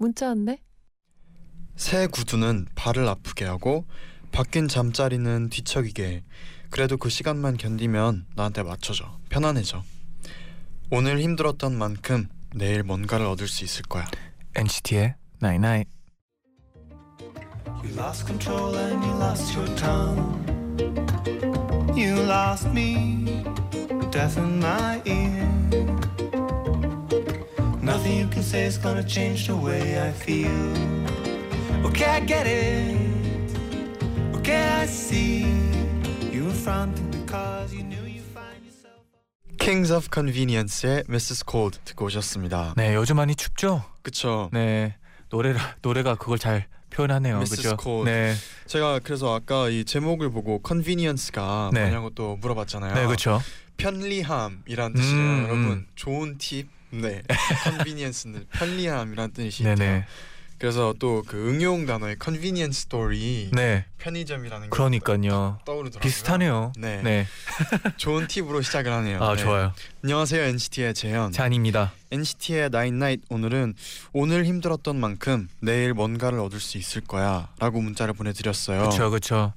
문자 왔네. 새 구두는 발을 아프게 하고 바뀐 잠자리는 뒤척이게 해. 그래도 그 시간만 견디면 나한테 맞춰져 편안해져 오늘 힘들었던 만큼 내일 뭔가를 얻을 수 있을 거야 NCT의 Night Night. You lost control and you lost your tongue. You lost me, deaf in my ear. Nothing you can say is gonna change the way I feel. Okay, I get it. Okay, I see. You were fronting because you knew you find yourself. Kings of Convenience의 Mrs. Cold 듣고 오셨습니다 네, 요즘 많이 춥죠? 그쵸 네, 노래를 노래가 그걸 잘 표현하네요. Mrs. 그죠? Cold. 네, 제가 그래서 아까 이 제목을 보고 Convenience가 네. 뭐냐고 또 물어봤잖아요 네, 그렇죠. 편리함이란 뜻이에요 음, 여러분 음. 좋은 팁 네, convenience는 편리함이란 뜻이 네, 있대요. 네, 그래서 또 그 응용 단어의 convenience store, 네. 편의점이라는 게 그러니까요. 떠오르더라고요. 비슷하네요. 네. 네, 좋은 팁으로 시작을 하네요. 아 네. 좋아요. 안녕하세요 NCT의 재현. 잔입니다. NCT의 Nine Night 오늘은 오늘 힘들었던 만큼 내일 뭔가를 얻을 수 있을 거야라고 문자를 보내드렸어요. 그렇죠, 그렇죠.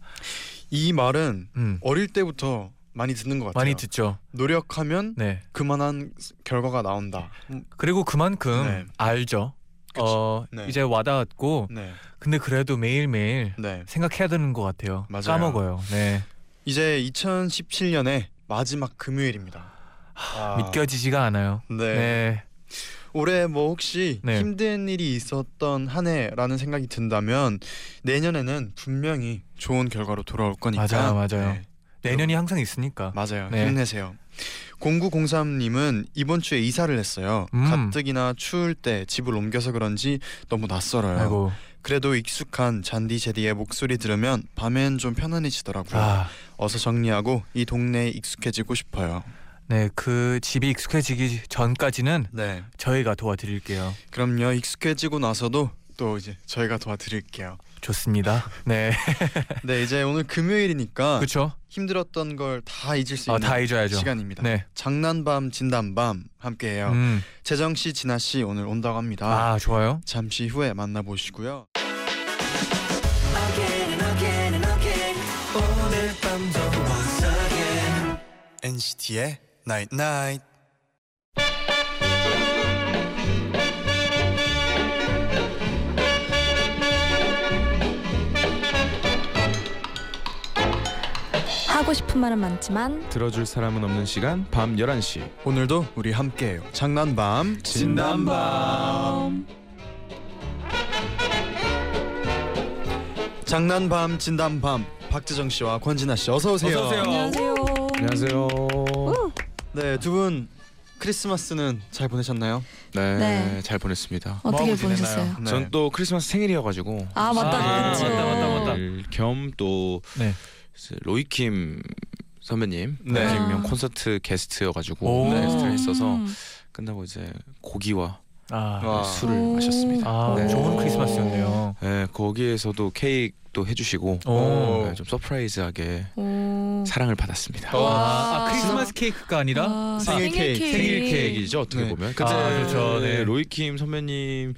이 말은 음, 어릴 때부터 많이 듣는 것 같아요. 많이 듣죠. 노력하면 네. 그만한 결과가 나온다. 음, 그리고 그만큼 네. 알죠. 그치. 어, 네. 이제 와닿았고, 네, 근데 그래도 매일 매일 네. 생각해야 되는 것 같아요. 맞아요. 까먹어요. 네, 이제 2017년의 마지막 금요일입니다. 아, 믿겨지지가 않아요. 네. 네, 올해 뭐 혹시 네. 힘든 일이 있었던 한 해라는 생각이 든다면 내년에는 분명히 좋은 결과로 돌아올 거니까 맞아요, 맞아요. 네, 내년이 항상 있으니까. 맞아요 네. 힘내세요 0903님은 이번 주에 이사를 했어요 음. 가뜩이나 추울 때 집을 옮겨서 그런지 너무 낯설어요 아이고, 그래도 익숙한 잔디 제디의 목소리 들으면 밤엔 좀 편안해지더라고요 아, 어서 정리하고 이 동네에 익숙해지고 싶어요 네, 그 집이 익숙해지기 전까지는 네 저희가 도와드릴게요. 그럼요 익숙해지고 나서도 또 이제 저희가 도와드릴게요 좋습니다. 네, 네 이제 오늘 금요일이니까 그렇죠. 힘들었던 걸 다 잊을 수 아, 있는 다 잊어야죠. 아, 시간입니다. 아. 네, 장난밤 진담밤 함께해요. 음, 재정 씨, 진아 씨 오늘 온다고 합니다. 아 좋아요. 잠시 후에 만나보시고요. Again and again and again 오늘 밤도 once again. NCT의 Night Night. 하고 싶은 말은 많지만 들어줄 사람은 없는 시간 밤 11시 오늘도 우리 함께해요. 장난밤 진담밤 장난밤 진담밤 박재정 씨와 권진아 씨 어서 오세요. 어서 오세요. 안녕하세요. 안녕하세요 네, 두 분 크리스마스는 잘 보내셨나요? 네, 네. 잘 보냈습니다 어떻게 뭐하고 지내나요? 보내셨어요? 네. 전 또 크리스마스 생일이어가지고 아 맞다 아, 그쵸. 맞다, 맞다, 맞다. 겸또 네. 로이킴 선배님 네. 네. 명 아. 콘서트 오. 게스트여가지고 네, 스트레 있어서 음. 끝나고 이제 고기와 네, 아, 와. 술을 오. 마셨습니다 아 네. 좋은 크리스마스였네요. 네, 거기에서도 케이크도 해주시고 오. 네, 좀 서프라이즈하게 오. 사랑을 받았습니다 와. 아, 크리스마스 케이크가 아니라 와, 생일 케이크. 생일 케이크이죠 어떻게 네. 보면 아, 그렇죠. 네. 로이킴 선배님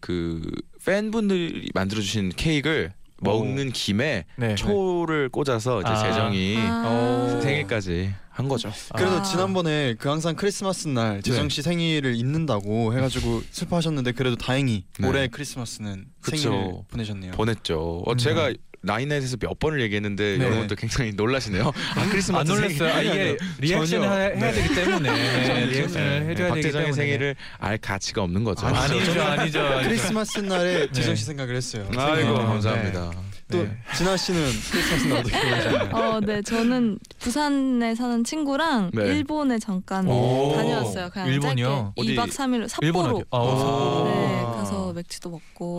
그 팬분들이 만들어주신 케이크를 먹는 김에 네. 초를 꽂아서 이제 아. 재정이 아. 생일까지 한 거죠 그래서 아. 지난번에 그 항상 크리스마스 날 재정 씨 생일을 잊는다고 해가지고 슬퍼하셨는데 그래도 다행히 네. 올해 크리스마스는 그쵸. 생일 보내셨네요. 보냈죠 어, 음. 제가 나인나잇에서 몇 번을 얘기했는데 네. 여러분들 굉장히 놀라시네요 아 안 크리스마스 생일 놀랐어요. 아, 이게 네. 리액션을 전혀. 해- 해야 되기 때문에 네, 리액션을 네, 해줘야 되기 때문에 박재정의 생일을 알 가치가 없는 거죠 아니, 아니죠, 아니죠, 아니죠. 크리스마스 날에 네. 재정 씨 생각을 했어요. 아이고 네. 감사합니다 또 네. 진아 씨는 사진 어떻게 보셨나요? 어, 네, 저는 부산에 사는 친구랑 네. 일본에 잠깐 오. 다녀왔어요. 그냥 일본이요? 짧게 어디? 2박 3일로 삿포로. 일본 어디? 아, 아. 네, 어, 가서 맥주도 먹고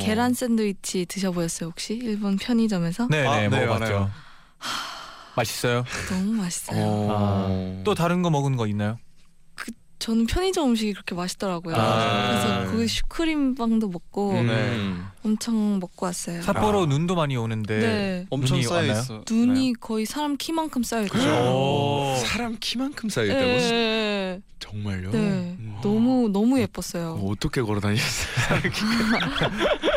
아. 계란 샌드위치 드셔보셨어요 혹시 일본 편의점에서? 네네 아, 네, 먹어봤죠. 알아요. 맛있어요. 너무 맛있어요. 어. 아. 또 다른 거 먹은 거 있나요? 저는 편의점 음식이 그렇게 맛있더라고요. 아. 그래서 거기 슈크림 빵도 먹고 음. 네. 엄청 먹고 왔어요. 삿포로 눈도 많이 오는데. 네. 엄청 눈이 쌓여 왔나요? 있어. 눈이 거의 사람 키만큼 쌓여 있어요. 오. 사람 키만큼 네, 예, 쌓여있다고? 예, 예. 정말요? 네. 우와. 너무 너무 음. 어, 예뻤어요. 어떻게 걸어 다니셨어요?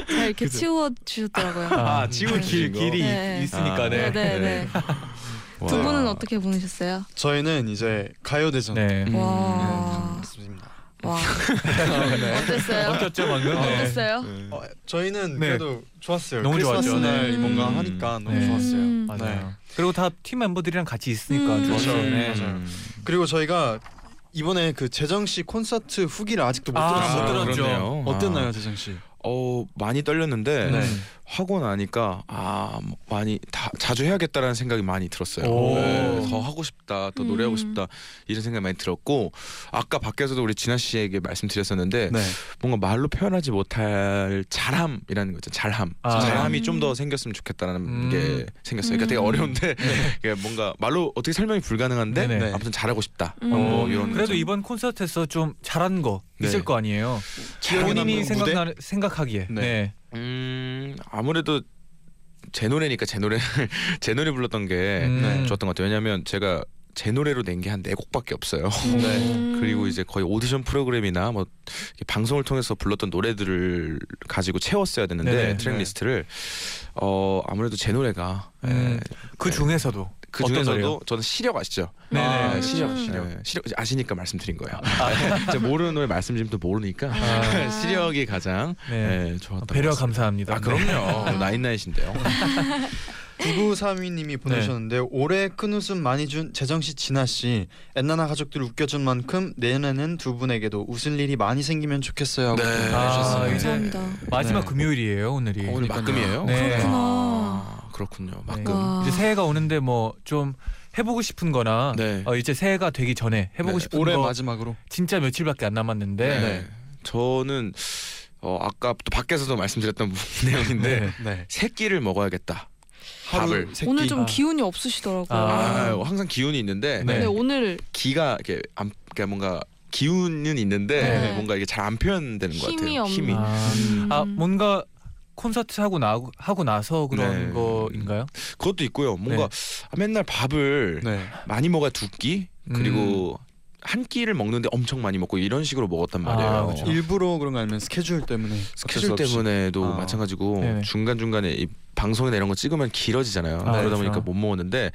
잘 이렇게 치워 주셨더라고요. 아, 지금 지금 길, 길이 네. 있으니까 아, 네. 네, 네, 네. 두 와. 분은 어떻게 보내셨어요? 저희는 이제 가요대전. 네. 음. 네. 와, 맞습니다. 와, 아, 어땠어요? 어땠죠 방금? 네. 어땠어요? 네. 어, 저희는 네. 그래도 좋았어요. 너무 크리스마스 좋았죠. 날 네. 뭔가 음. 하니까 너무 네. 좋았어요. 음. 맞아요. 그리고 다 팀 멤버들이랑 같이 있으니까 음. 좋았어요. 그렇죠. 네. 맞아요. 그리고 저희가 이번에 그 재정 씨 콘서트 후기를 아직도 못 아, 들었어요. 못 들었죠. 그렇네요. 아. 어땠나요, 재정 씨? 어 많이 떨렸는데 네. 하고 나니까 아 많이 다, 자주 해야겠다라는 생각이 많이 들었어요. 오. 네, 더 하고 싶다, 더 노래하고 음. 싶다 이런 생각이 많이 들었고 아까 밖에서도 우리 진아 씨에게 말씀드렸었는데 네. 뭔가 말로 표현하지 못할 잘함이라는 거죠. 잘함, 아. 잘함이 좀 음. 더 생겼으면 좋겠다라는 음. 네. 게 생겼어요. 그러니까 되게 음. 어려운데 이게 뭔가 말로 어떻게 설명이 불가능한데 네네. 아무튼 잘하고 싶다. 음. 뭐 이런 그래도 거죠. 이번 콘서트에서 좀 잘한 거 네. 있을 거 아니에요. 기억에 본인이 남는 무대? 생각나 생각하기에. 네. 네. 음 아무래도 제 노래니까 제 노래 제 노래 불렀던 게 음. 네. 좋았던 것 같아요. 왜냐하면 제가 제 노래로 낸 게 한 네 곡밖에 없어요. 네. 음. 그리고 이제 거의 오디션 프로그램이나 뭐 이렇게 방송을 통해서 불렀던 노래들을 가지고 채웠어야 되는데 네네. 트랙 네. 리스트를 어 아무래도 제 노래가 예, 음. 그 중에서도 그 어떤 중에서도 노래요? 저는 시력 아시죠? 네네. 아, 네, 시력 음. 시력 네, 시력 아시니까 말씀드린 거예요. 제가 모르는 노래 말씀드리면 또 모르니까 아. 시력이 가장 네. 네, 좋았던 배려 것 같습니다. 감사합니다. 네. 아 그럼요 나인나잇인데요. 9932님이 보내셨는데 올해 큰 웃음 많이 준 재정 씨, 진아 씨, 엔나나 가족들 웃겨준 만큼 내년에는 두 분에도 웃을 일이 많이 생기면 좋겠어요. 하고 네. 아, 보내주셨어요. 이제 감사합니다. 마지막 네. 금요일이에요 오늘이. 어, 오늘 막금이에요? 네. 그렇구나. 아, 그렇군요. 네. 막금. 이제 새해가 오는데 뭐 좀 해보고 싶은거나 네. 어, 이제 새해가 되기 전에 해보고 네. 싶은 올해 거 마지막으로 진짜 며칠밖에 안 남았는데 네. 저는 어 아까 또 밖에서도 말씀드렸던 내용인데 네. 네. 새끼를 먹어야겠다. 밥을. 하루 세 끼. 오늘 좀 아. 기운이 없으시더라고요. 아, 아. 항상 기운이 있는데 네. 근데 오늘 기가 이렇게 안 그러니까 뭔가 기운은 있는데 네. 뭔가 이게 잘 안 표현되는 것 힘이 같아요. 없는 힘이. 아, 음. 아 뭔가 콘서트 하고 나 하고 나서 그런 네. 거인가요? 그것도 있고요. 뭔가 아, 맨날 밥을 네. 많이 먹어야 두 끼. 그리고 한 끼를 먹는데 엄청 많이 먹고 이런 식으로 먹었단 말이에요. 아, 그렇죠. 일부러 그런 거 아니면 스케줄 때문에 네. 스케줄 어쩔 수 없이. 때문에도 아. 마찬가지고 네네. 중간 중간에 이 방송이나 이런 거 찍으면 길어지잖아요. 아, 그러다 그렇죠. 보니까 못 먹었는데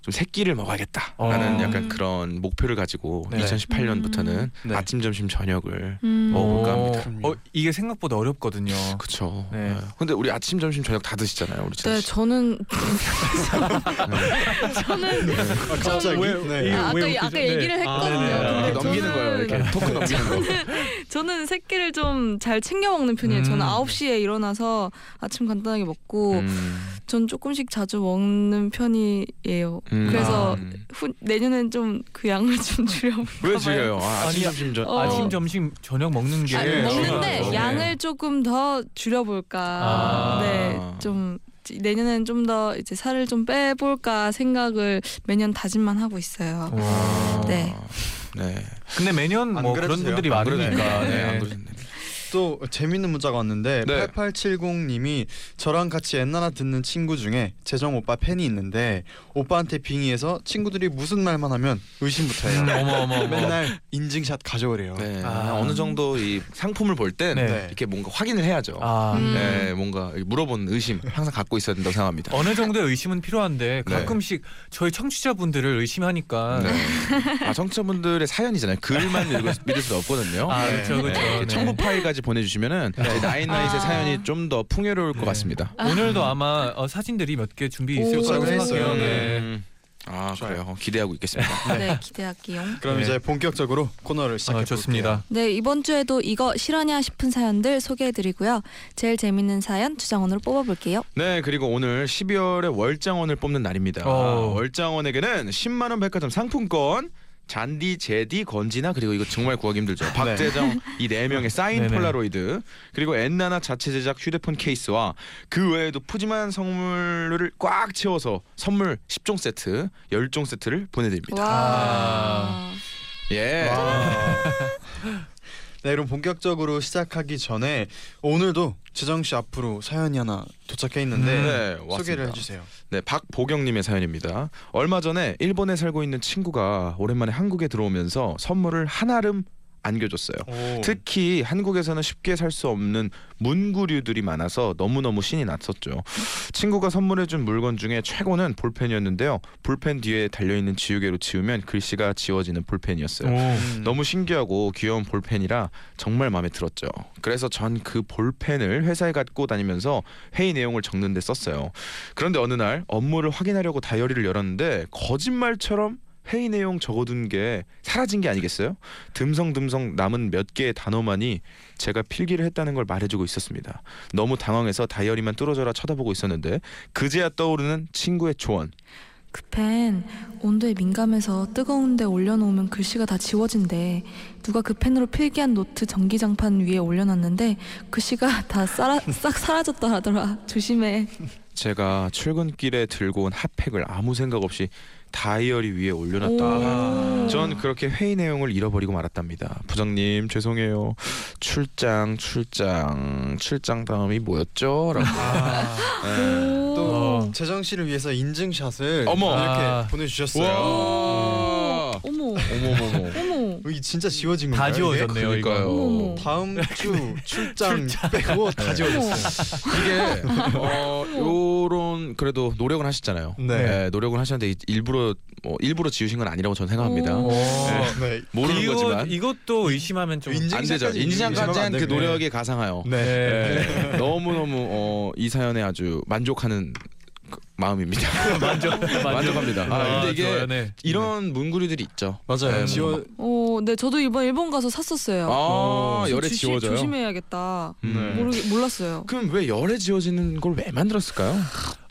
좀 새끼를 먹어야겠다라는 음. 어. 약간 그런 목표를 가지고 네. 2018년부터는 네. 아침 점심 저녁을 음. 먹어볼까 합니다. 어, 어, 이게 생각보다 어렵거든요. 그쵸. 네. 네. 근데 우리 아침 점심 저녁 다 드시잖아요, 우리 진아 네, 씨. 저는 저는 아, 갑자기 왜- 네. 이게 아, 왜 웃기죠? 아까 아까 네. 얘기를 했거든요. 네, 네. 근데 이렇게 넘기는 저는- 거예요, 이렇게 토크 넘기는 거. 저는 새끼를 좀 잘 챙겨 먹는 편이에요. 저는 음. 9시에 일어나서 아침 간단하게 먹고 음. 전 조금씩 자주 먹는 편이에요. 음. 그래서 음. 후, 내년엔 좀 그 양을 좀 줄여볼까 왜 봐요. 즐겨요? 아, 아침 아니, 점심 저. 어. 아침 점심 저녁 먹는 게 아니, 예, 먹는데 중요하죠. 양을 조금 더 줄여볼까. 네. 아. 네, 좀 내년에는 좀 더 이제 살을 좀 빼볼까 생각을 매년 다짐만 하고 있어요. 와. 네. 네. 근데 매년 안 뭐 그런 그래도세요? 분들이 안 그러네. 많으니까. 네. 안 네. 그러셨네. 또 재밌는 문자가 왔는데 네. 8870님이 저랑 같이 엔나나 듣는 친구 중에 재정 오빠 팬이 있는데 오빠한테 빙의해서 친구들이 무슨 말만 하면 의심부터 해요. 음, 어머 어머 어머. 맨날 인증샷 가져오래요. 네. 아. 어느 정도 이 상품을 볼 땐 네. 이렇게 뭔가 확인을 해야죠. 아 음. 네, 뭔가 물어본 의심 항상 갖고 있어야 된다고 생각합니다. 어느 정도의 의심은 필요한데 네. 가끔씩 저희 청취자분들을 의심하니까 네. 아 청취자분들의 사연이잖아요. 글만 읽어 믿을 수 없거든요. 아 네. 그렇죠 그렇죠. 이렇게 네. 첨부 파일까지 보내주시면은 저희 나인나잇의 아. 사연이 좀 더 네. 풍요로울 것 같습니다. 오늘도 아마 어, 사진들이 몇 개 준비 있을 오, 거라고 저도 했어요. 생각해요. 네. 음. 아 좋아요. 그래요. 기대하고 있겠습니다. 네, 기대할게요. 그럼 네. 이제 본격적으로 코너를 시작해 아, 볼게요. 좋습니다. 네, 이번 주에도 이거 실화냐 싶은 사연들 소개해드리고요. 제일 재밌는 사연 주장원으로 뽑아볼게요. 네 그리고 오늘 12월에 월장원을 뽑는 날입니다. 아, 어. 월장원에게는 10만 원 백화점 상품권. 잔디, 제디, 건지나 그리고 이거 정말 구하기 힘들죠. 박재정 이 네 명의 사인 네네. 폴라로이드 그리고 엔나나 자체 제작 휴대폰 케이스와 그 외에도 푸짐한 선물을 꽉 채워서 선물 10종 세트, 10종 세트를 보내드립니다. 와. 예. 아. 네, 그럼 본격적으로 시작하기 전에 오늘도 지정 씨 앞으로 사연이 하나 도착해 있는데 음, 네, 소개를 왔습니다. 해주세요. 네, 박보경님의 사연입니다. 얼마 전에 일본에 살고 있는 친구가 오랜만에 한국에 들어오면서 선물을 한아름 안겨줬어요. 특히 한국에서는 쉽게 살 수 없는 문구류들이 많아서 너무너무 신이 났었죠. 친구가 선물해준 물건 중에 최고는 볼펜이었는데요. 볼펜 뒤에 달려있는 지우개로 지우면 글씨가 지워지는 볼펜이었어요. 음, 너무 신기하고 귀여운 볼펜이라 정말 마음에 들었죠. 그래서 전 그 볼펜을 회사에 갖고 다니면서 회의 내용을 적는 데 썼어요. 그런데 어느 날 업무를 확인하려고 다이어리를 열었는데 거짓말처럼 회의 내용 적어둔 게 사라진 게 아니겠어요? 듬성듬성 남은 몇 개의 단어만이 제가 필기를 했다는 걸 말해주고 있었습니다. 너무 당황해서 다이어리만 뚫어져라 쳐다보고 있었는데 그제야 떠오르는 친구의 조언. 그 펜 온도에 민감해서 뜨거운데 올려놓으면 글씨가 다 지워진대. 누가 그 펜으로 필기한 노트 전기장판 위에 올려놨는데 글씨가 다 싹 사라졌더라더라. 조심해. 제가 출근길에 들고 온 핫팩을 아무 생각 없이 다이어리 위에 올려놨다. 아. 오. 전 그렇게 회의 내용을 잃어버리고 말았답니다. 부장님 죄송해요. 출장 출장 출장 다음이 뭐였죠? 라고. 네. 또 아. 어. 재정 씨를 위해서 인증샷을 어머. 이렇게 아. 보내주셨어요. 와. 어머, 네. 어머머머. 어머, 이 진짜 지워진 건가요? 다 이게? 지워졌네요 이거. 네. 그러니까요. 어머. 다음 주 출장 빼고 네. 다 어머. 지워졌어요. 이게 어 요런 그래도 노력은 하셨잖아요. 네. 노력은 하셨는데 이- 일부러 뭐 일부러 지우신 건 아니라고 저는 생각합니다. 오. 네. 네. 모르는 이거- 거지만 이것도 의심하면 좀 인증- 안 되죠. 인증샷까지 인지상까지는 그 인증하면 안 노력에 가상하여. 네. 네. 너무 너무 어, 이 사연에 아주 만족하는 그 마음입니다. 만족 만족합니다. 아, 근데 이게 네. 좋아요, 네. 이런 문구류들이 있죠. 맞아요. 네, 지워 어, 네, 저도 이번 일본 가서 샀었어요. 아 열에 조심- 지워져요. 조심해야겠다. 음. 네. 모르 몰랐어요. 그럼 왜 열에 지워지는 걸 왜 만들었을까요?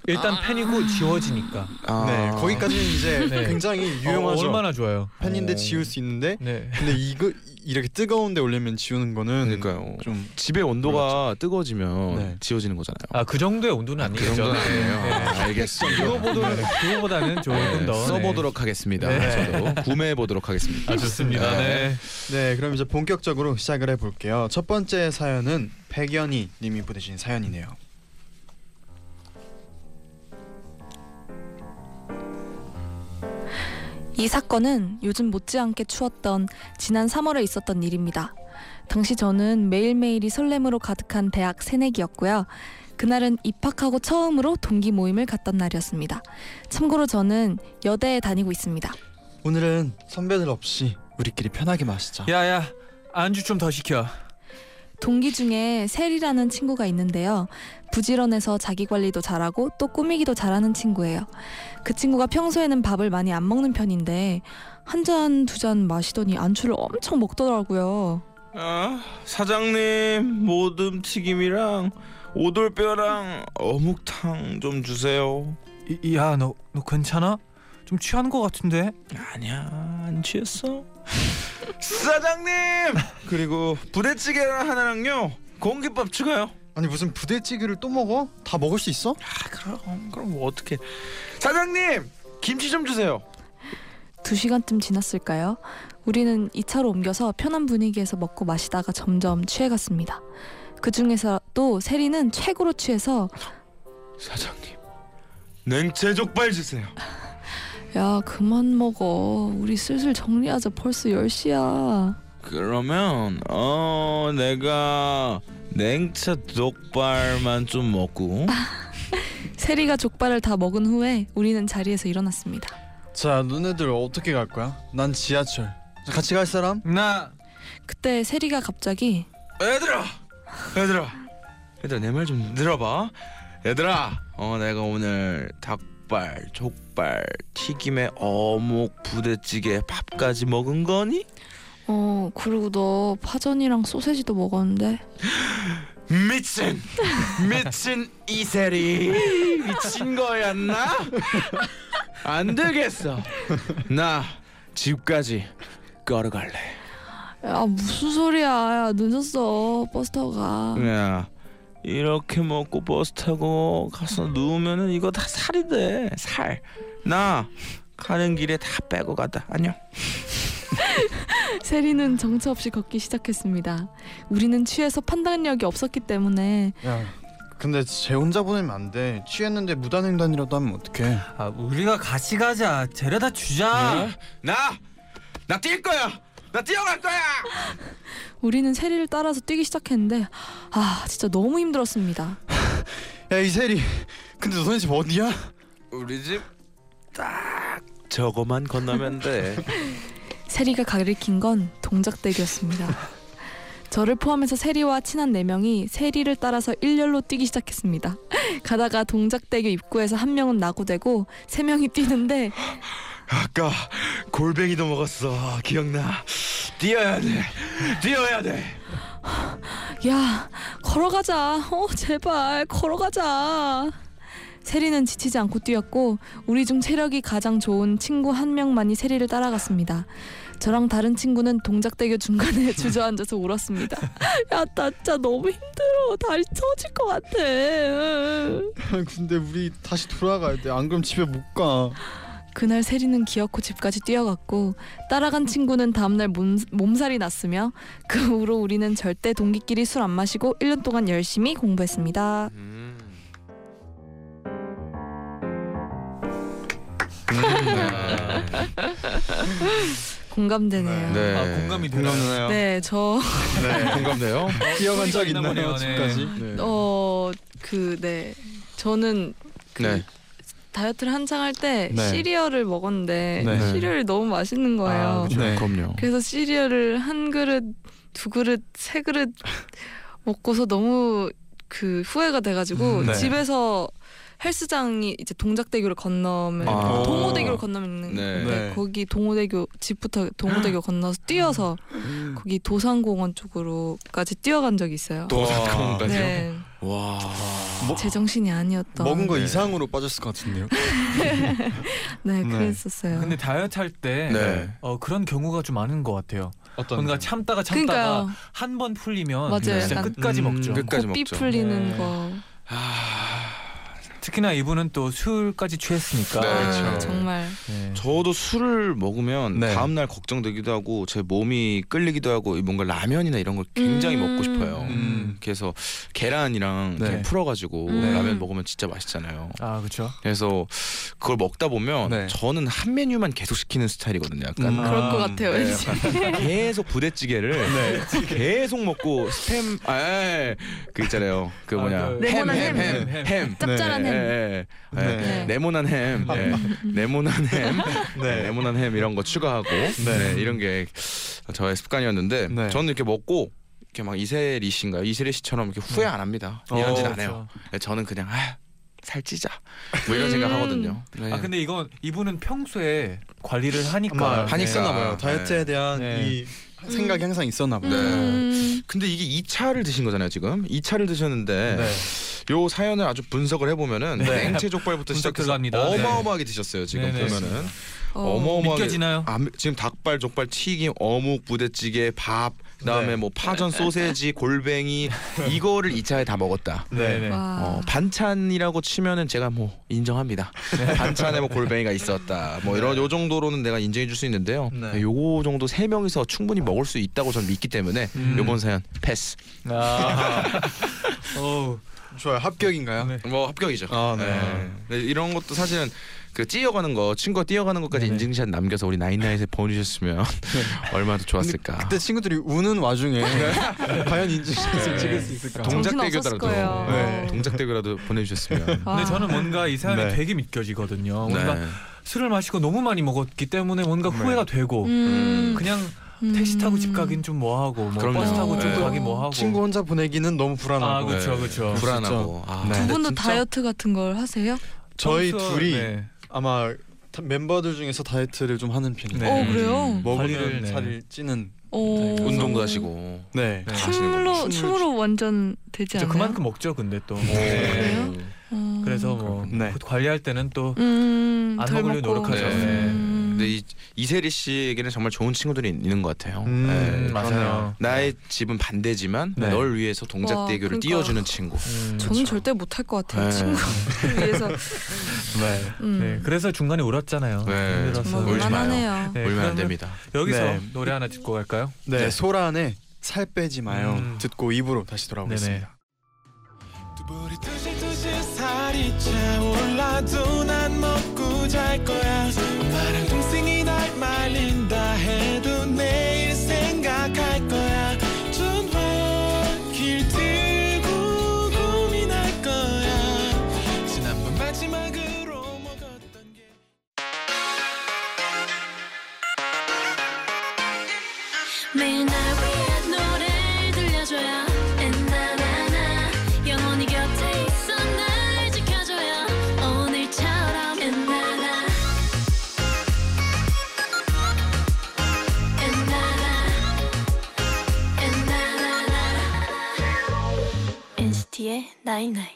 일단 펜이고 지워지니까 아. 네. 거기까지는 이제 네. 굉장히 어, 유용하죠. 얼마나 좋아요. 팬인데 어. 지울 수 있는데 네. 근데 이거 이렇게 뜨거운데 올리면 지우는 거는 그러니까요. 좀 집의 온도가 뜨거워지면 네. 지워지는 거잖아요. 아그 정도의 온도는 그 아니겠죠. 정도는 아니에요. 네. 알겠습니다. 그거보다 그거보다는 조금 네, 더 써보도록 하겠습니다. 네. 저도 구매해 보도록 하겠습니다. 네. 아 좋습니다. 네. 네, 그럼 이제 본격적으로 시작을 해볼게요. 첫 번째 사연은 백연희 님이 보내주신 사연이네요. 이 사건은 요즘 못지않게 추웠던 지난 3월에 있었던 일입니다. 당시 저는 매일매일이 설렘으로 가득한 대학 새내기였고요. 그날은 입학하고 처음으로 동기 모임을 갔던 날이었습니다. 참고로 저는 여대에 다니고 있습니다. 오늘은 선배들 없이 우리끼리 편하게 마시자. 네. 야야 안주 좀 더 시켜. 동기 중에 셀이라는 친구가 있는데요. 부지런해서 자기 관리도 잘하고 또 꾸미기도 잘하는 친구예요. 그 친구가 평소에는 밥을 많이 안 먹는 편인데 한 잔 두 잔 마시더니 안주를 엄청 먹더라고요. 아 사장님 모듬 튀김이랑 오돌뼈랑 어묵탕 좀 주세요. 야 너 너 괜찮아? 좀 취한 것 같은데. 아니야 안 취했어. 사장님 그리고 부대찌개 하나랑요 공깃밥 추가요. 아니 무슨 부대찌개를 또 먹어? 다 먹을 수 있어? 아 그럼 그럼 뭐 어떻게? 사장님 김치 좀 주세요. 두 시간쯤 지났을까요? 우리는 이차로 옮겨서 편한 분위기에서 먹고 마시다가 점점 취해갔습니다. 그 중에서도 세리는 최고로 취해서 사장님 냉채 족발 주세요. 야 그만 먹어 우리 슬슬 정리하자 벌써 10시야 그러면 어 내가 냉채 족발만 좀 먹고 세리가 족발을 다 먹은 후에 우리는 자리에서 일어났습니다. 자, 너네들 어떻게 갈 거야? 난 지하철. 자, 같이 갈 사람? 나 그때 세리가 갑자기 얘들아 얘들아 얘들아 내 말 좀 들어봐 얘들아 어 내가 오늘 닭 족발, 족발, 튀김에 어묵, 부대찌개, 밥까지 먹은 거니? 어 그리고 너 파전이랑 소세지도 먹었는데 미친, 미친 이세리, 미친 거였나? 안 되겠어. 나 집까지 걸어갈래. 야 무슨 소리야 야, 늦었어 버스 타고 가 야 이렇게 먹고 버스 타고 가서 누우면은 이거 다 살이 돼살나 가는 길에 다 빼고 가다 안녕 세리는 정처 없이 걷기 시작했습니다 우리는 취해서 판단력이 없었기 때문에 야, 근데 쟤 혼자 보내면 안 돼. 취했는데 무단횡단이라도 하면 어떡해? 아 우리가 같이 가자. 데려다 주자. 나나 뛸 거야 나 뛰어갈 거야 우리는 세리를 따라서 뛰기 시작했는데 아 진짜 너무 힘들었습니다 야 이세리, 근데 너네 집 어디야? 우리 집 딱 저거만 건너면 돼 세리가 가리킨 건 동작대기였습니다. 저를 포함해서 세리와 친한 네 명이 세리를 따라서 일렬로 뛰기 시작했습니다. 가다가 동작대교 입구에서 한 명은 나고되고 세 명이 뛰는데 아까 골뱅이도 먹었어 아, 기억나 뛰어야 돼 뛰어야 돼 야 걸어가자 어 제발 걸어가자 세리는 지치지 않고 뛰었고 우리 중 체력이 가장 좋은 친구 한 명만이 세리를 따라갔습니다 저랑 다른 친구는 동작대교 중간에 주저앉아서 울었습니다 야 나 진짜 너무 힘들어 다리 처질 것 같아 근데 우리 다시 돌아가야 돼. 안 그럼 집에 못 가. 그날 세리는 기어코 집까지 뛰어갔고 따라간 친구는 다음날 몸, 몸살이 났으며 그 후로 우리는 절대 동기끼리 술 안 마시고 1년 동안 열심히 공부했습니다 음. 공감되네요. 네, 네. 아, 공감이 되나? 공감되나요? 저, 네. 공감돼요 뛰어간 적 있나 있나요 보네요, 네. 집까지? 어, 그, 네. 저는 그 네. 다이어트를 한창 할 때 네. 시리얼을 먹었는데 네. 시리얼이 너무 맛있는 거예요. 그쵸. 네. 그럼요 그래서 시리얼을 한 그릇, 두 그릇, 세 그릇 먹고서 너무 그 후회가 돼가지고 음, 네. 집에서 헬스장이 이제 동작대교를 건너면 아. 동호대교를 건너면 있는 네. 네. 데 거기 동호대교 집부터 동호대교 건너서 뛰어서 거기 도산공원 쪽으로까지 뛰어간 적이 있어요. 도산공원까지요? 네, 와 제 정신이 아니었던. 먹은 거 네. 이상으로 빠졌을 것 같은데요. 네, 네. 그랬었어요. 근데 다이어트 할 때 네. 어, 그런 경우가 좀 많은 것 같아요. 어떤? 뭔가 참다가 참다가 그러니까요. 한 번 풀리면 맞아요. 진짜 약간 끝까지 음, 먹죠. 끝까지 고삐 먹죠. 아, 풀리는 네. 거 특히나 이분은 또 술까지 취했으니까. 네, 아, 그렇죠. 정말 네. 저도 술을 먹으면 네. 다음 날 걱정되기도 하고 제 몸이 끌리기도 하고 뭔가 라면이나 이런 걸 굉장히 음. 먹고 싶어요. 음. 그래서 계란이랑 네. 이렇게 풀어가지고 음. 라면 먹으면 진짜 맛있잖아요. 아 그렇죠. 그래서 그걸 먹다 보면 네. 저는 한 메뉴만 계속 시키는 스타일이거든요. 약간 음. 그럴 아, 것 같아요. 네, 왠지. 약간 계속 부대찌개를 계속 먹고 스팸 아, 예, 아그 있잖아요 그 아, 뭐냐 그 네모난 햄. 햄. 짭짤한 네, 햄. 네, 네. 네. 네. 네모난 햄, 네. 네모난 햄, 네. 네모난 햄 이런 거 추가하고 네. 이런 게 저의 습관이었는데 네. 저는 이렇게 먹고 이렇게 막 이세리 씨인가 요 이세리 씨처럼 이렇게 후회 안 합니다. 이런 짓 어, 안 해요. 네, 저는 그냥 아, 살찌자 뭐 음. 이런 생각하거든요. 네. 아 근데 이건 이분은 평소에 관리를 아마 하니까 하니까. 하니까 봐요. 네. 다이어트에 대한 네. 이 생각이 항상 있었나 봐요. 음. 근데 이게 2차를 드신 거잖아요 지금 2차를 드셨는데 네. 요 사연을 아주 분석을 해보면은 네. 냉채 족발부터 분석 시작해서 들어갑니다. 네. 어마어마하게 드셨어요 지금 네네. 보면은 어. 어마어마하게 느껴지나요? 아, 지금 닭발, 족발, 튀김, 어묵, 부대찌개, 밥, 그다음에 네. 뭐 파전, 소세지, 골뱅이 이거를 2차에 다 먹었다. 네. 네. 와. 어, 반찬이라고 치면은 제가 뭐 인정합니다. 네. 반찬에 뭐 골뱅이가 있었다. 뭐 이런 요 정도로는 내가 인정해 줄 수 있는데요. 네. 요거 정도 세 명이서 충분히 먹을 수 있다고 저는 믿기 때문에 음. 요번 사연 패스. 아. 어우. 좋아요. 합격인가요? 네. 뭐 합격이죠. 아, 네. 네. 이런 것도 사실은 그 뛰어가는 거 친구가 뛰어가는 것까지 네네. 인증샷 남겨서 우리 나인나잇에 보내주셨으면 얼마나 좋았을까. 그때 친구들이 우는 와중에 네. 과연 인증샷을 찍을 수 있을까? 동- 정신 없었을 거예요. 어. 네. 동작대교라도 보내주셨으면. 와. 근데 저는 뭔가 이 사연이 네. 되게 믿겨지거든요. 뭔가 네. 술을 마시고 너무 많이 먹었기 때문에 뭔가 후회가 되고 음. 그냥 택시 타고 집 가긴 좀 뭐하고 뭐 그럼요. 버스 타고 좀 네. 가긴 뭐하고 친구 혼자 보내기는 너무 아 불안하고 그렇죠 그렇죠. 불안하고. 아, 네. 두 분도 진짜 다이어트 같은 걸 하세요? 저희 평소와- 둘이 네. 아마 다- 멤버들 중에서 다이어트를 좀 하는 편이에요. 네. 어 그래요? 먹으면 관리를, 네. 살이 찌는. 어, 운동도 하시고 네. 네. 춤을 춤으로 춤으로 완전 되지 진짜 않나요? 아, 그만큼 먹죠 근데 또 네. 네. 그래요? 음. 그래서 뭐 네. 관리할 때는 또 음, 안 덜 먹으려고 먹고. 노력하죠. 네. 음. 근데 이 이세리 씨에게는 정말 좋은 친구들이 있는 것 같아요. 음, 네. 맞아요. 나의 집은 반대지만 네. 널 위해서 와, 동작 대교를 그러니까. 띄워주는 친구. 음, 저는 절대 못할 것 같아요. 네. 친구를 위해서. 네. 음. 뭐 네, 그래서 중간에 울었잖아요. 네, 힘들어서. 정말 울지 마요. 만만하네요. 네, 울면 그러면 안 됩니다. 여기서 네. 노래 하나 듣고 갈까요? 네. 소란의 살 빼지 마요. 음. 듣고 입으로 다시 돌아오겠습니다. 두부리 두실두실 살이 차올라도 난 먹고 잘 거야 마른 동생이 날 말린다 해도 내일 생각할 거야 전화길 들고 고민할 거야 지난번 마지막으로 먹었던 게 매일 날 위한 노래를 들려줘요 엔나나나 영원히 곁에 있어 날 지켜줘요 오늘처럼 엔나나 엔나나 엔나나나 NCT의 나잇나잇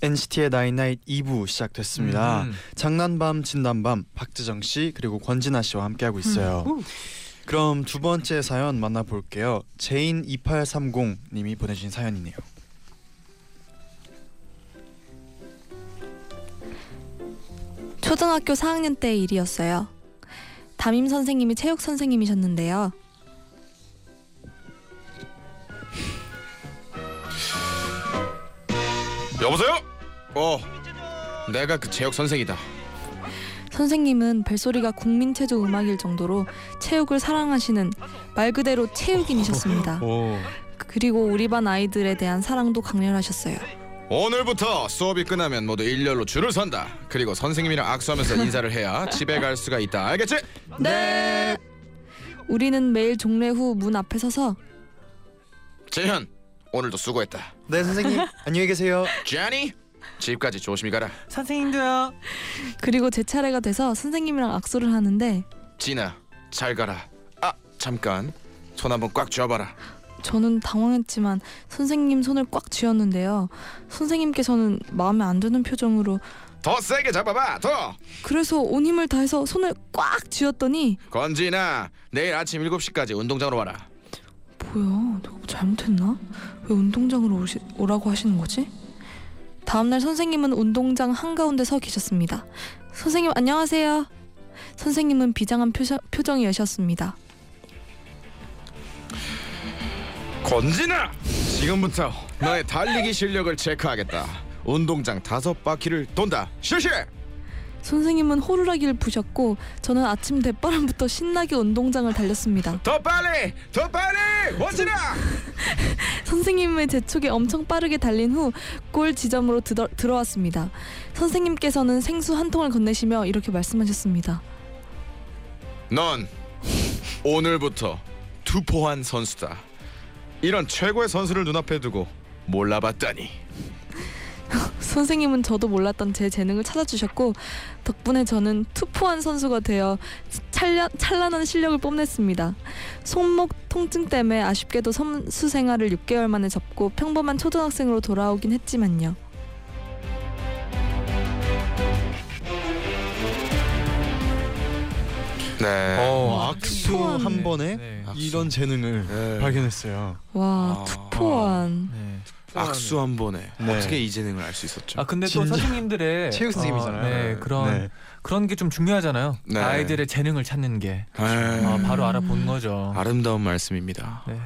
NCT의 나인나잇 2부 시작됐습니다. 음. 장난밤 진단밤 박지정 씨 그리고 권진아 씨와 함께하고 있어요. 음. 그럼 두 번째 사연 만나볼게요. 제인 2830 님이 보내주신 사연이네요. 초등학교 4학년 때의 일이었어요. 담임 선생님이 체육 선생님이셨는데요. 여보세요? 어, 내가 그 재혁 선생이다. 선생님은 벨소리가 국민 체조 음악일 정도로 체육을 사랑하시는 말 그대로 체육인이셨습니다. 오. 그리고 우리 반 아이들에 대한 사랑도 강렬하셨어요. 오늘부터 수업이 끝나면 모두 일렬로 줄을 선다. 그리고 선생님이랑 악수하면서 인사를 해야 집에 갈 수가 있다. 알겠지? 네. 우리는 매일 종례 후 문 앞에 서서 재현, 오늘도 수고했다. 네 선생님 안녕히 계세요. 제니, 집까지 조심히 가라. 선생님도요. 그리고 제 차례가 돼서 선생님이랑 악수를 하는데 진아, 잘 가라. 아, 잠깐. 손 한번 꽉 쥐어봐라. 저는 당황했지만 선생님 손을 꽉 쥐었는데요. 선생님께서는 마음에 안 드는 표정으로 더 세게 잡아봐. 더. 그래서 온 힘을 다해서 손을 꽉 쥐었더니 건진아, 내일 아침 7시까지 운동장으로 와라. 뭐야 내가 뭐 잘못했나? 왜 운동장으로 오시, 오라고 하시는 거지? 다음날 선생님은 운동장 한가운데 서 계셨습니다. 선생님 안녕하세요. 선생님은 비장한 표정, 표정이셨습니다. 건진아, 지금부터 너의 달리기 실력을 체크하겠다. 운동장 다섯 바퀴를 돈다. 실시. 선생님은 호루라기를 부셨고 저는 아침 대바람부터 신나게 운동장을 달렸습니다. 더 빨리, 더 빨리. 원진아. 선생님의 재촉에 엄청 빠르게 달린 후 골 지점으로 드더, 들어왔습니다. 선생님께서는 생수 한 통을 건네시며 이렇게 말씀하셨습니다. 넌 오늘부터 투포한 선수다. 이런 최고의 선수를 눈앞에 두고 몰라봤다니. 선생님은 저도 몰랐던 제 재능을 찾아주셨고 덕분에 저는 투포한 선수가 되어 찰 찬란한 실력을 뽐냈습니다. 손목 통증 때문에 아쉽게도 선수 생활을 6개월 만에 접고 평범한 초등학생으로 돌아오긴 했지만요. 네. 어 악수 투포한. 한 번에 네. 이런 재능을 어, 네. 발견했어요. 와 아, 투포한 네. 악수 한 번에 네. 어떻게 이 재능을 알 수 있었죠? 아 근데 또 진짜. 선생님들의 체육 선생님이잖아요. 어, 네 그런 네. 그런 게 좀 중요하잖아요. 네. 아이들의 재능을 찾는 게 에이, 어, 바로 알아본 거죠. 네. 아름다운 말씀입니다. 네.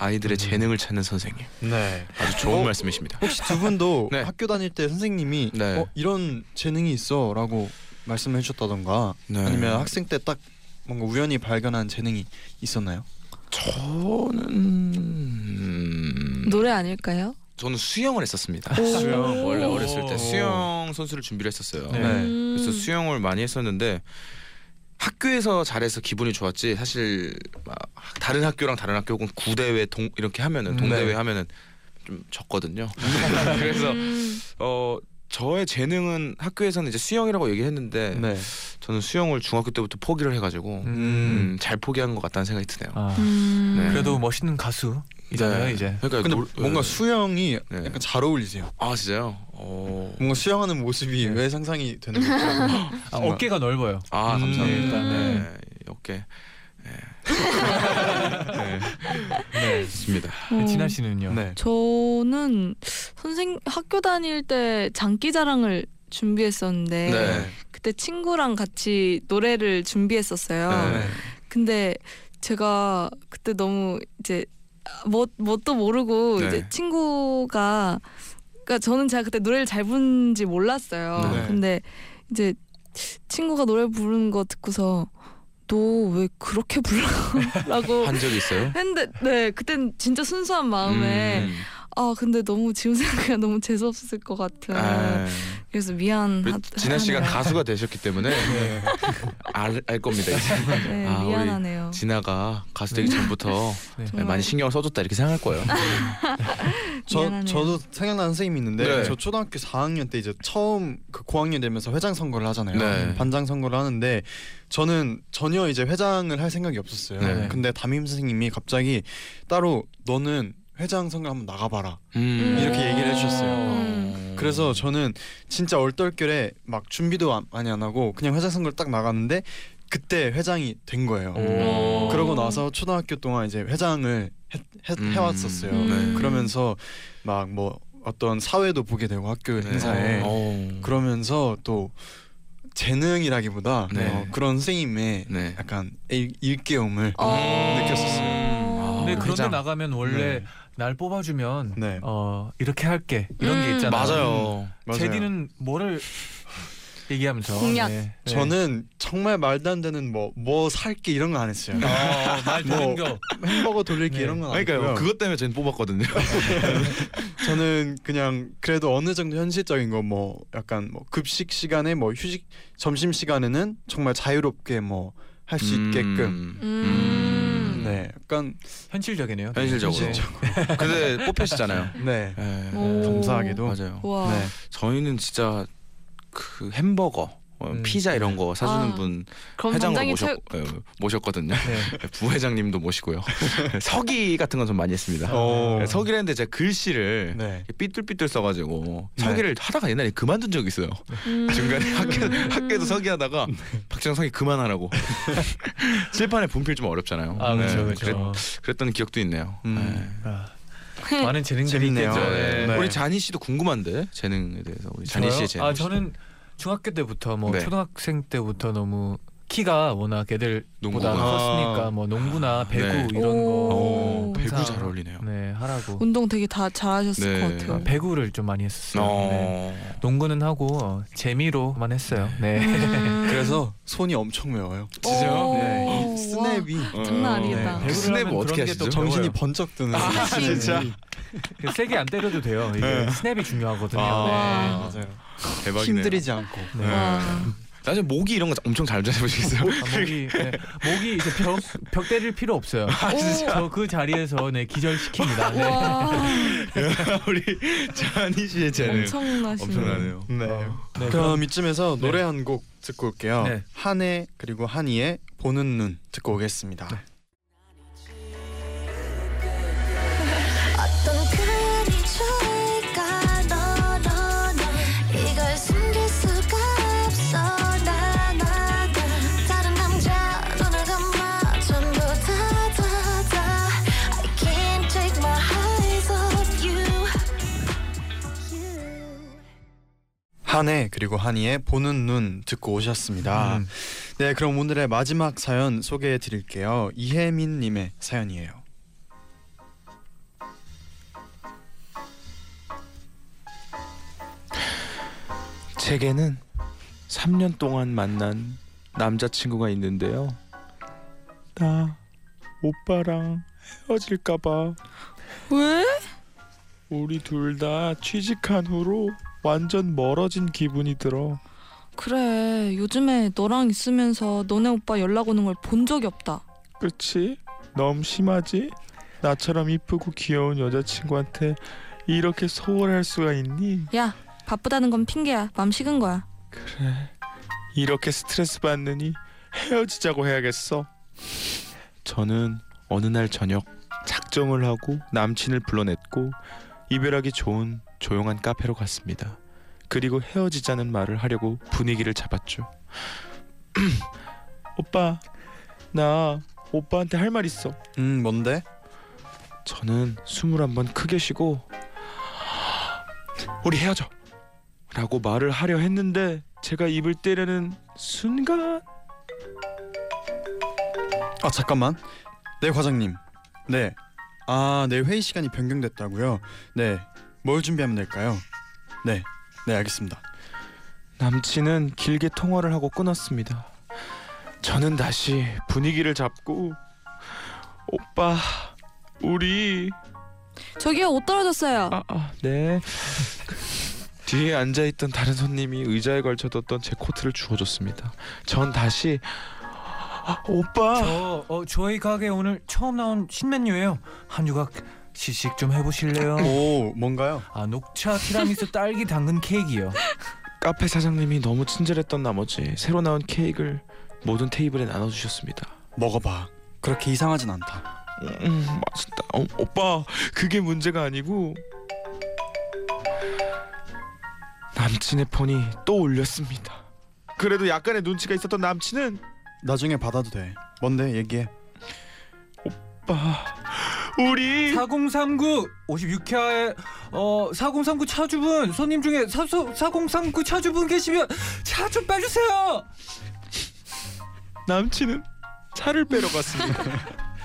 아이들의 재능을 찾는 선생님 네. 아주 좋은 어? 말씀이십니다. 혹시 두 분도 네. 학교 다닐 때 선생님이 네. 어, 이런 재능이 있어라고 말씀해 주셨다던가 네. 아니면 학생 때 딱 뭔가 우연히 발견한 재능이 있었나요? 저는 음, 노래 아닐까요? 저는 수영을 했었습니다. 수영. 원래 어렸을 때 수영 선수를 준비를 했었어요. 네. 음. 그래서 수영을 많이 했었는데 학교에서 잘해서 기분이 좋았지 사실 막 다른 학교랑 다른 학교 혹은 구대회 동 음. 이렇게 하면은 동대회 네. 음. 하면은 좀 졌거든요. 그래서 어 저의 재능은 학교에서는 이제 수영이라고 얘기했는데 네. 저는 수영을 중학교 때부터 포기를 해가지고 음. 음. 잘 포기한 것 같다는 생각이 드네요. 아, 음. 네. 그래도 멋있는 가수이잖아요 네. 이제. 그러니까 근데 놀- 뭔가 네. 수영이 네. 약간 잘 어울리세요. 아 진짜요? 어... 뭔가 수영하는 모습이 네. 왜 상상이 되는 거죠? 아, 어깨가 넓어요. 아 음, 감사합니다. 일단, 네. 네. 어깨. 네. 네. 네. 좋습니다. 어, 진아 씨는요. 네. 저는 선생 학교 다닐 때 장기 자랑을 준비했었는데 네. 그때 친구랑 같이 노래를 준비했었어요. 네. 근데 제가 그때 너무 이제 뭐 뭣도 모르고 네. 이제 친구가 그러니까 저는 제가 그때 노래를 잘 부른지 몰랐어요. 네. 근데 이제 친구가 노래 부르는 거 듣고서 너 왜 그렇게 불러라고 한 적이 있어요? 했는데 네 그땐 진짜 순수한 마음에 음. 아 근데 너무 지금 생각하면 너무 재수 없을 것 같아요. 아, 그래서 미안. 우리 진아 씨가 가수가 되셨기 때문에 네. 알, 알 겁니다. 이제. 네, 아, 우리 미안하네요. 진아가 가수 되기 전부터 네. 정말. 많이 신경을 써줬다 이렇게 생각할 거예요. 저 미안하네요. 저도 생각나는 선생님이 있는데 네. 저 초등학교 4학년 때 이제 처음 그 고학년 되면서 회장 선거를 하잖아요. 네. 반장 선거를 하는데 저는 전혀 이제 회장을 할 생각이 없었어요. 네. 근데 담임 선생님이 갑자기 따로 너는 회장 선거 한번 나가봐라. 음. 이렇게 얘기를 해주셨어요. 음. 그래서 저는 진짜 얼떨결에 막 준비도 안- 많이 안 하고 그냥 회장 선거를 딱 나갔는데 그때 회장이 된 거예요. 음. 오. 그러고 나서 초등학교 동안 이제 회장을 해, 해, 음. 해왔었어요. 네. 그러면서 막 뭐 어떤 사회도 보게 되고 학교 네. 행사에 오. 그러면서 또 재능이라기보다 네. 어, 그런 선생님의 네. 약간 일, 일깨움을 어. 음. 느꼈었어요. 근데 아, 네, 그런데 회장. 나가면 원래 네. 날 뽑아주면 네. 어 이렇게 할게 이런 게 음. 있잖아요. 맞아요. 맞아요. 제디는 뭐를 얘기하면서 공약. 네. 네. 저는 정말 말도 안 되는 뭐 뭐 살게 이런 거 안 했어요. 어, 말 되는 거. 햄버거 돌릴게 네. 이런 건 안 했고요. 네. 그러니까 그것 때문에 저는 뽑았거든요. 저는 그냥 그래도 어느 정도 현실적인 거 뭐 약간 뭐 급식 시간에 뭐 휴식 점심 시간에는 정말 자유롭게 뭐 할 수 있게끔 음. 음. 네 약간 현실적이네요. 되게. 현실적으로. 네. 근데 뽑혔잖아요. 네 네. 오. 감사하게도 맞아요. 와. 네. 저희는 진짜 그 햄버거, 어, 음. 피자 이런 거 사주는 아, 분 그럼 회장으로 당장에 모셨, 최... 예, 모셨거든요. 네. 부회장님도 모시고요. 서기 같은 건 좀 많이 했습니다. 어. 네. 예, 서기를 했는데 제가 글씨를 네. 삐뚤삐뚤 써가지고 네. 서기를 하다가 옛날에 그만둔 적이 있어요. 음. 중간에 학교, 학교에서 서기하다가 박정석이 그만하라고 칠판에 분필 좀 어렵잖아요. 아 그렇죠 네, 그렇죠. 그랬, 던 기억도 있네요. 음. 네. 아, 많은 재능들이 재밌네요. 있겠죠. 네. 네. 네. 우리 자니 씨도 궁금한데 재능에 대해서 우리 자니 씨의 재능. 아 저는 중학교 때부터 뭐 네. 초등학생 때부터 너무 키가 워낙 애들보다 농구가. 아. 컸으니까 뭐 농구나 배구 네. 이런 어, 오. 거 배구 항상 잘 어울리네요. 네 하라고 운동 되게 다 잘하셨을 네. 것 같아요. 아, 배구를 좀 많이 했었어요. 네. 어. 농구는 하고 어, 재미로만 했어요. 네. 음. 그래서 손이 엄청 매워요. 진짜요? 오. 네. 이 와. 스냅이 장난 아니겠다. 네. 배구를 스냅은 하면 어떻게 그런 게또 하시죠? 정신이 배워요. 번쩍 드는 아, 스냅이. 진짜? 그 세게 안 때려도 돼요. 이게 네. 스냅이 중요하거든요. 아. 네. 맞아요. 대박이네요. 힘들이지 않고 네. 와. 아, 나중에 모기 이런 거 엄청 잘 잡으시겠어요? 아, 목이 네. 목이 이제 벽, 벽 때릴 필요 없어요. 아, 저 그 자리에서 네 기절시킵니다. 네. 와. 우리 자니 씨의 재능 아, 엄청나시네. 엄청나네요. 네. 어, 네, 그럼 이쯤에서 네. 노래 한 곡 듣고 올게요. 네. 한혜 그리고 한이의 보는 눈 듣고 오겠습니다. 네. 어떤 그리 좋을까 너로는 이걸 숨길 수가 없어 나나나 다른 남자 눈을 감아 전부 다다다 I can't take my eyes off you You 한혜 그리고 한이의 보는 눈 듣고 오셨습니다. 음. 네, 그럼 오늘의 마지막 사연 소개해 드릴게요. 이혜민 님의 사연이에요. 제게는 3년 동안 만난 남자친구가 있는데요. 나 오빠랑 헤어질까봐 왜? 우리 둘 다 취직한 후로 완전 멀어진 기분이 들어. 그래 요즘에 너랑 있으면서 너네 오빠 연락 오는 걸 본 적이 없다. 그치? 너무 심하지? 나처럼 이쁘고 귀여운 여자친구한테 이렇게 소홀할 수가 있니? 야 바쁘다는 건 핑계야. 맘 식은 거야. 이렇게 스트레스 받느니 헤어지자고 해야겠어. 저는 어느 날 저녁 작정을 하고 남친을 불러냈고 이별하기 좋은 조용한 카페로 갔습니다. 그리고 헤어지자는 말을 하려고 분위기를 잡았죠. 오빠, 나 오빠한테 할 말 있어. 음 뭔데? 저는 숨을 한 번 크게 쉬고 우리 헤어져 라고 말을 하려 했는데 제가 입을 때려는 순간 아 잠깐만 네 과장님 네. 네아네 회의 시간이 변경됐다고요 네 뭘 준비하면 될까요 네네 알겠습니다 남친은 길게 통화를 하고 끊었습니다 저는 다시 분위기를 잡고 오빠 우리 저기요 옷 떨어졌어요. 아, 아, 네. 뒤에 앉아 있던 다른 손님이 의자에 걸쳐뒀던 제 코트를 주워줬습니다. 전 다시 아, 오빠 저 어, 저희 가게 오늘 처음 나온 신메뉴예요. 한 조각 시식 좀 해보실래요? 오 뭔가요? 아 녹차 티라미수 딸기 당근 케이크요. 카페 사장님이 너무 친절했던 나머지 새로 나온 케이크를 모든 테이블에 나눠주셨습니다. 먹어봐 그렇게 이상하진 않다 음, 맛있다. 어, 오빠, 그게 문제가 아니고 남친의 폰이 또 울렸습니다. 그래도 약간의 눈치가 있었던 남친은 나중에 받아도 돼 뭔데 얘기해 오빠, 우리 4039 56회에 어 4039 차주분 손님 중에 사소 4039 차주분 계시면 차 좀 빼주세요. 남친은 차를 빼러 갔습니다.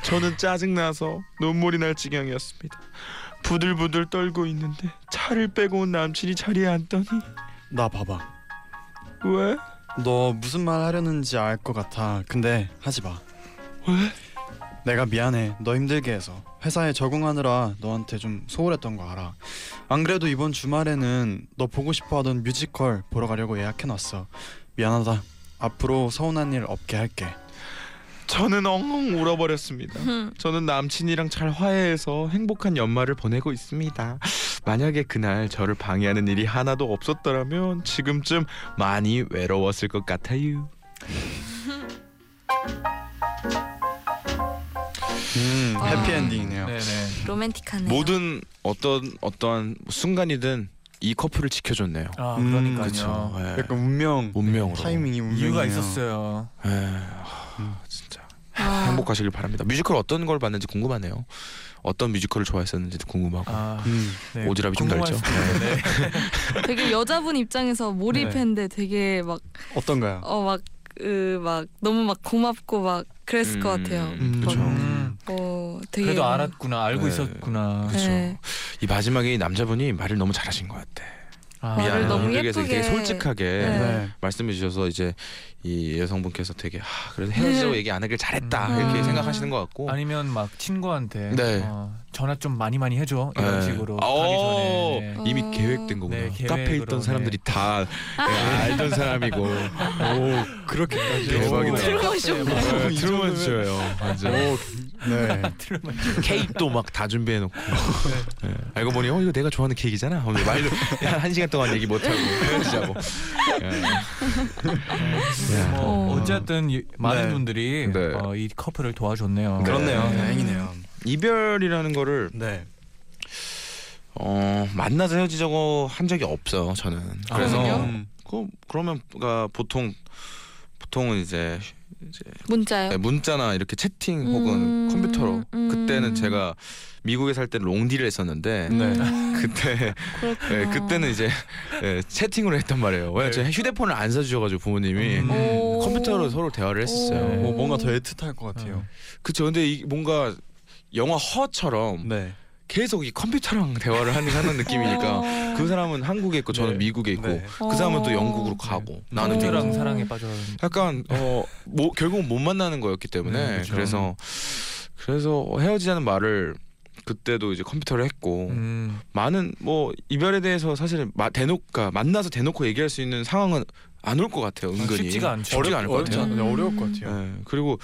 저는 짜증나서 눈물이 날 지경이었습니다. 부들부들 떨고 있는데 차를 빼고 온 남친이 자리에 앉더니 나 봐봐 왜? 너 무슨 말 하려는지 알 것 같아 근데 하지 마 왜? 내가 미안해 너 힘들게 해서 회사에 적응하느라 너한테 좀 소홀했던 거 알아 안 그래도 이번 주말에는 너 보고 싶어 하던 뮤지컬 보러 가려고 예약해놨어 미안하다 앞으로 서운한 일 없게 할게 저는 엉엉 울어버렸습니다. 흠. 저는 남친이랑 잘 화해해서 행복한 연말을 보내고 있습니다. 만약에 그날 저를 방해하는 일이 하나도 없었더라면 지금쯤 많이 외로웠을 것 같아요. 음 아. 해피엔딩이네요 네네. 로맨틱하네요. 모든 어떤 어떠한 순간이든 이 커플을 지켜줬네요. 아 음, 그러니까요. 그렇죠. 예. 약간 운명 운명으로. 타이밍이 음. 운명이에요 음. 이유가 있었어요. 예. 아, 진짜 아, 행복하시길 바랍니다. 뮤지컬 어떤 걸 봤는지 궁금하네요. 어떤 뮤지컬을 좋아했었는지도 궁금하고. 아 음. 네. 오지랖이 좀 넓죠. 궁금하시네요. 네. 되게 여자분 입장에서 네. 몰입했는데 되게 막 어떤가요? 어 막 으, 막 너무 막 고맙고 막 그랬을 것 같아요. 음, 그렇죠. 음, 어 되게 그래도 알았구나 알고 네. 있었구나. 그쵸. 네. 이 마지막에 이 남자분이 말을 너무 잘하신 것 같아. 아, 말을 미안해. 너무 되게 되게 예쁘게. 솔직하게 네. 말씀해 주셔서 이제 이 여성분께서 되게 아, 그래서 헤어지자고 얘기 안 하길 잘했다 음. 이렇게 네. 아. 생각하시는 것 어. 같고. 아니면 막 친구한테 네. 어, 전화 좀 많이 많이 해줘 이런 네. 식으로 어. 가기 오, 전에 네. 이미 어. 계획된 거구나. 네, 계획으로, 카페에 있던 사람들이 다 알던 사람이고. 오, 그렇게까지 어, 네, 대박이다. 네. 들어보시면 이 트루먼 정도면- 쇼예요. 완전. 오네 케이크도 막 다 준비해놓고. 네. 알고 보니 어 이거 내가 좋아하는 케이크잖아. 하면서 말도 한한 시간 동안 얘기 못하고 헤어지자고. 야. 뭐 어. 어쨌든 이- 많은 네. 분들이 네. 어, 이 커플을 도와줬네요. 그렇네요 네. 다행이네요 이별이라는 거를 네 어, 만나서 헤어지자고 한 적이 없어요. 저는. 아, 그래서 그럼요? 음. 그 그러면 그러니까 보통 보통은 이제 문자요. 네, 문자나 이렇게 채팅 혹은 아. 음, 컴퓨터로 음. 그때는 제가 미국에 살 때 롱디를 했었는데 음, 네. 아. 그때 그렇구나. 예, 그때는 이제 예, 채팅으로 했단 말이에요. 왜냐 제가 휴대폰을 안 사주셔가지고 부모님이 음. 오. 컴퓨터로 서로 대화를 했었어요. 오. 뭐 뭔가 더 애틋할 것 같아요 그쵸. 근데 이 뭔가 영화 허처럼 네 계속 이 컴퓨터랑 대화를 하는 하는 느낌이니까 어. 그 사람은 한국에 있고 저는 네. 미국에 있고 네. 그 사람은 어. 또 영국으로 가고 네. 나는 나는 랑 미국. 사랑에 빠져. 약간 어 뭐, 결국은 못 만나는 거였기 네, 때문에 그쵸. 그래서 그래서 헤어지자는 말을 그때도 이제 컴퓨터로 어. 했고 음, 많은 뭐 이별에 대해서 사실은 마, 대놓고 그러니까 만나서 대놓고 얘기할 수 있는 상황은 안 올 것 같아요 은근히 쉽지가 않죠. 쉽지가 않을 것 어렵지 같아요 않- 네, 어려울 것 같아요 예, 그리고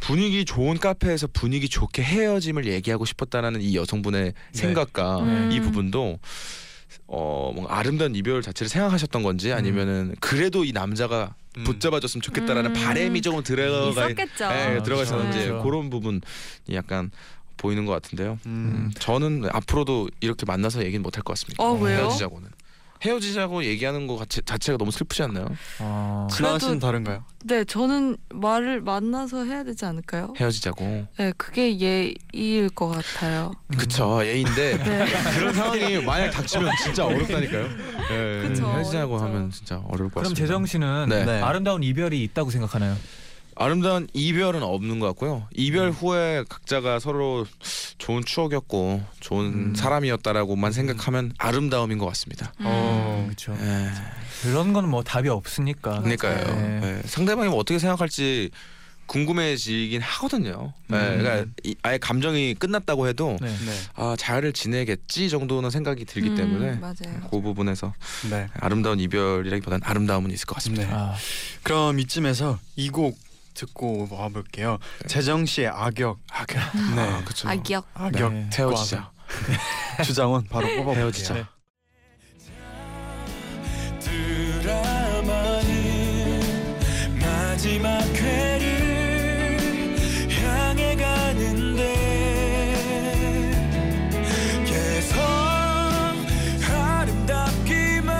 분위기 좋은 카페에서 분위기 좋게 헤어짐을 얘기하고 싶었다라는 이 여성분의 생각과 음. 이 부분도 어 뭔가 아름다운 이별 자체를 생각하셨던 건지 아니면은 그래도 이 남자가 음. 붙잡아줬으면 좋겠다라는 음. 바램이 조금 들어가 있었겠죠. 예, 아, 그렇죠. 들어가 있었는지 그렇죠. 그런 부분이 약간 보이는 것 같은데요. 음. 음, 저는 앞으로도 이렇게 만나서 얘기는 못 할 것 같습니다. 어, 왜요? 헤어지자고는 헤어지자고 얘기하는 것 자체, 자체가 너무 슬프지 않나요? 아, 진아 그래도- 씨는 다른가요? 네, 저는 말을 만나서 해야 되지 않을까요? 헤어지자고. 네, 그게 예의일 것 같아요. 그쵸 예인데 네. 그런 상황이 만약 네. 닥치면 진짜 어렵다니까요. 예, 그쵸, 헤어지자고 어렵죠. 하면 진짜 어려울 것 그럼 같습니다. 재정 씨는 네. 네. 아름다운 이별이 있다고 생각하나요? 아름다운 이별은 없는 것 같고요. 음. 이별 후에 각자가 서로 좋은 추억이었고 좋은 음. 사람이었다라고만 생각하면 아름다움인 것 같습니다. 어, 그렇죠. 예. 그런 건 뭐 답이 없으니까. 그러니까요. 네. 예, 상대방이 뭐 어떻게 생각할지 궁금해지긴 하거든요. 예, 음. 그러니까 이- 아예 감정이 끝났다고 해도 네. 네. 아 잘 지내겠지 정도는 생각이 들기 음, 때문에 맞아요. 그 부분에서 네. 아름다운 이별이라기보다는 아름다움은 있을 것 같습니다. 네. 아, 그럼 이쯤에서 이 곡 듣고 와볼게요. 재정 씨의 악역. 악역. 네. 아, 그렇죠. 아기역. 악역. 네. 듣고 헤어지자. 와서 주장원 바로 뽑아볼게요. 헤어지자. 네. 드라마는 마지막 회를 향해 가는데 계속 아름답기만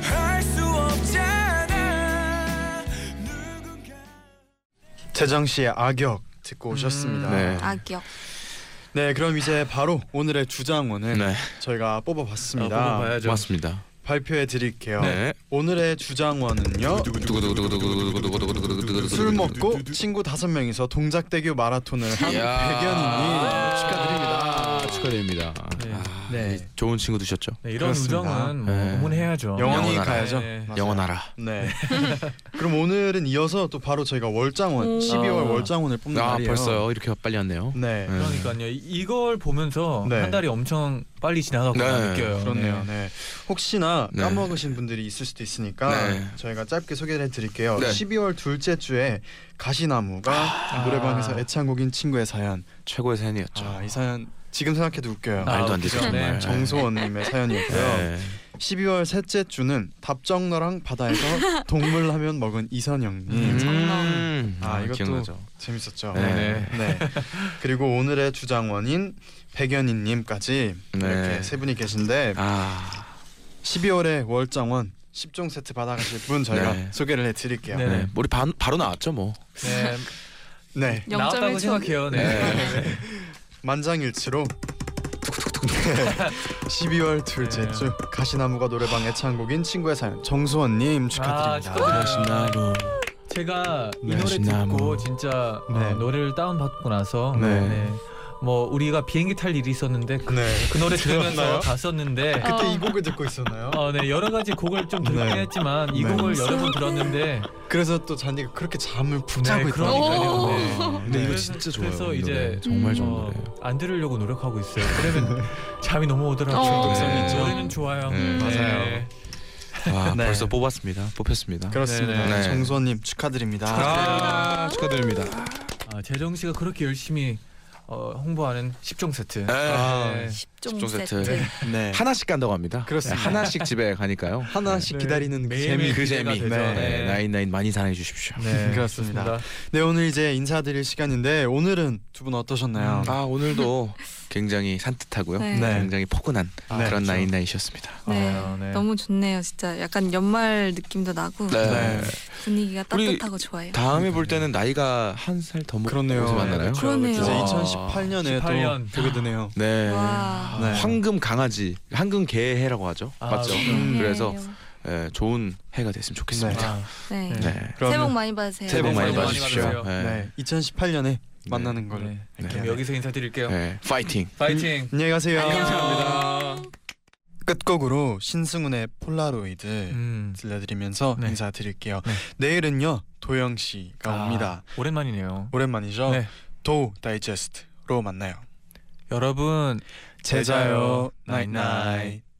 할 수 없잖아 누군가 재정 씨의 악역 듣고 오셨습니다. 네. 아기역. 네, 그럼 이제 바로 오늘의 주장원을 네. 저희가 뽑아봤습니다. 아, 뽑아봐야죠. 맞습니다. 발표해 드릴게요. 네. 오늘의 주장원은요. 술 먹고 친구 다섯 명이서 동작대교 마라톤을 한 이야. 백연이님 아, 축하드립니다. 축하드립니다. 네. 아, 네. 이 좋은 친구 두셨죠? 네, 이런 그렇습니다. 우정은 뭐 네. 응원해야죠. 영원히 영원하라. 가야죠. 네. 맞아요. 영원하라. 네. 그럼 오늘은 이어서 또 바로 저희가 월장원 오. 12월 아. 월장원을 뽑는 아 날이에요. 벌써요? 이렇게 빨리 왔네요. 네. 네. 그러니까요. 이- 이걸 보면서 네. 한 달이 엄청 빨리 지나가구나 네, 느껴요. 그렇네요. 네. 네. 혹시나 네. 까먹으신 분들이 있을 수도 있으니까 네. 저희가 짧게 소개를 해드릴게요. 네. 아. 12월 둘째 주에 가시나무가 노래방에서 애창곡인 친구의 사연. 최고의 사연이었죠. 네. 아, 이 사연 지금 생각해도 웃겨요. 아, 말도 안 되죠 그죠? 정말. 네. 정소원님의 사연이었고요. 네. 12월 셋째 주는 답정너랑 바다에서 동물라면 먹은 이선영님 음. 정말. 아, 이것도- 기억나죠. 재밌었죠. 네. 네. 네. 그리고 오늘의 주장원인 백연희님까지 네. 이렇게 세 분이 계신데 아 12월에 월장원 10종 세트 받아가실 분 저희가 네. 소개를 해드릴게요. 네. 네. 네. 우리 바, 바로 나왔죠 뭐. 네. 나왔다고 0.1초. 생각해요. 네. 만장일치로 12월 둘째 네. 주 가시나무가 노래방 애창곡인 친구의 사연 정수원님 아, 축하드립니다. 축하드려요. 제가 이 네. 노래 듣고 나무. 진짜 어, 네. 노래를 다운 받고 나서 네. 뭐 우리가 비행기 탈 일이 있었는데 그, 네. 그 노래 들었나요? 들으면서 갔었는데 아, 어. 그때 이 곡을 듣고 있었나요? 어, 네 여러 가지 곡을 좀 듣긴 네. 했지만 이 네. 곡을 여러 번 들었는데 그래서 또 잔디가 그렇게 잠을 네, 푹 자고 있더라고요. 그러니까요. 네. 네. 근데 이거 네. 진짜 좋아요. 그래서 이 노래. 이제 정말 좋은 어, 노래예요. 안 들으려고 노력하고 있어요. 그러면 잠이 너무 오더라고요. 중독성이 네. 있죠. 노래는 좋아요. 어, 네, 음, 맞아요. 와 네. 벌써 뽑았습니다. 뽑혔습니다. 그렇습니다. 네. 정수원님 축하드립니다. 아, 축하드립니다. 아, 재정 씨가 그렇게 열심히 어, 홍보하는 10종 세트. 아, 네. 10종 세트. 세트. 네. 하나씩 간다고 합니다. 그렇습니다. 네, 하나씩 집에 가니까요. 하나씩 네. 기다리는 그 매일 재미. 매일 그 기대가 재미. 되죠. 네. 네, 나인나인 많이 사랑해 주십시오. 네, 그렇습니다. 좋습니다. 네 오늘 이제 인사드릴 시간인데 오늘은 두 분 어떠셨나요? 아 오늘도 굉장히 산뜻하고요. 네. 음. 네. 굉장히 포근한 아, 그런 그렇죠. 나인나이셨습니다. 네. 아, 네. 너무 좋네요. 진짜 약간 연말 느낌도 나고 네. 네. 분위기가 우리 따뜻하고 좋아요. 다음에 볼 때는 나이가 한 살 더 그렇네요. 먹어서 만나나요? 그렇죠. 그러네요. 이제 와. 2018년에 18년. 또 되게 되네요. 네. 와. 네. 황금 강아지, 황금 개해라고 하죠. 아, 맞죠? 네. 그렇죠. 음. 네. 그래서 예, 좋은 해가 됐으면 좋겠습니다. 아, 네. 네. 네. 새해 복 그러면 많이 받으세요. 새해 복 새해 많이 복 많이 받으십시오. 받으세요. 네. 네. 2018년에 만나는 걸로. 네. 할게요. 그럼 여기서 인사드릴게요. 네. 파이팅. 파이팅. 안녕히 가세요. 감사합니다. 끝곡으로 신승훈의 폴라로이드 음. 들려드리면서 네. 인사드릴게요. 네. 내일은요 도영 씨가 아, 옵니다. 오랜만이네요. 오랜만이죠. 네. 도 다이제스트로 만나요. 여러분 제자요. 제자요 나잇나잇. 나잇나잇.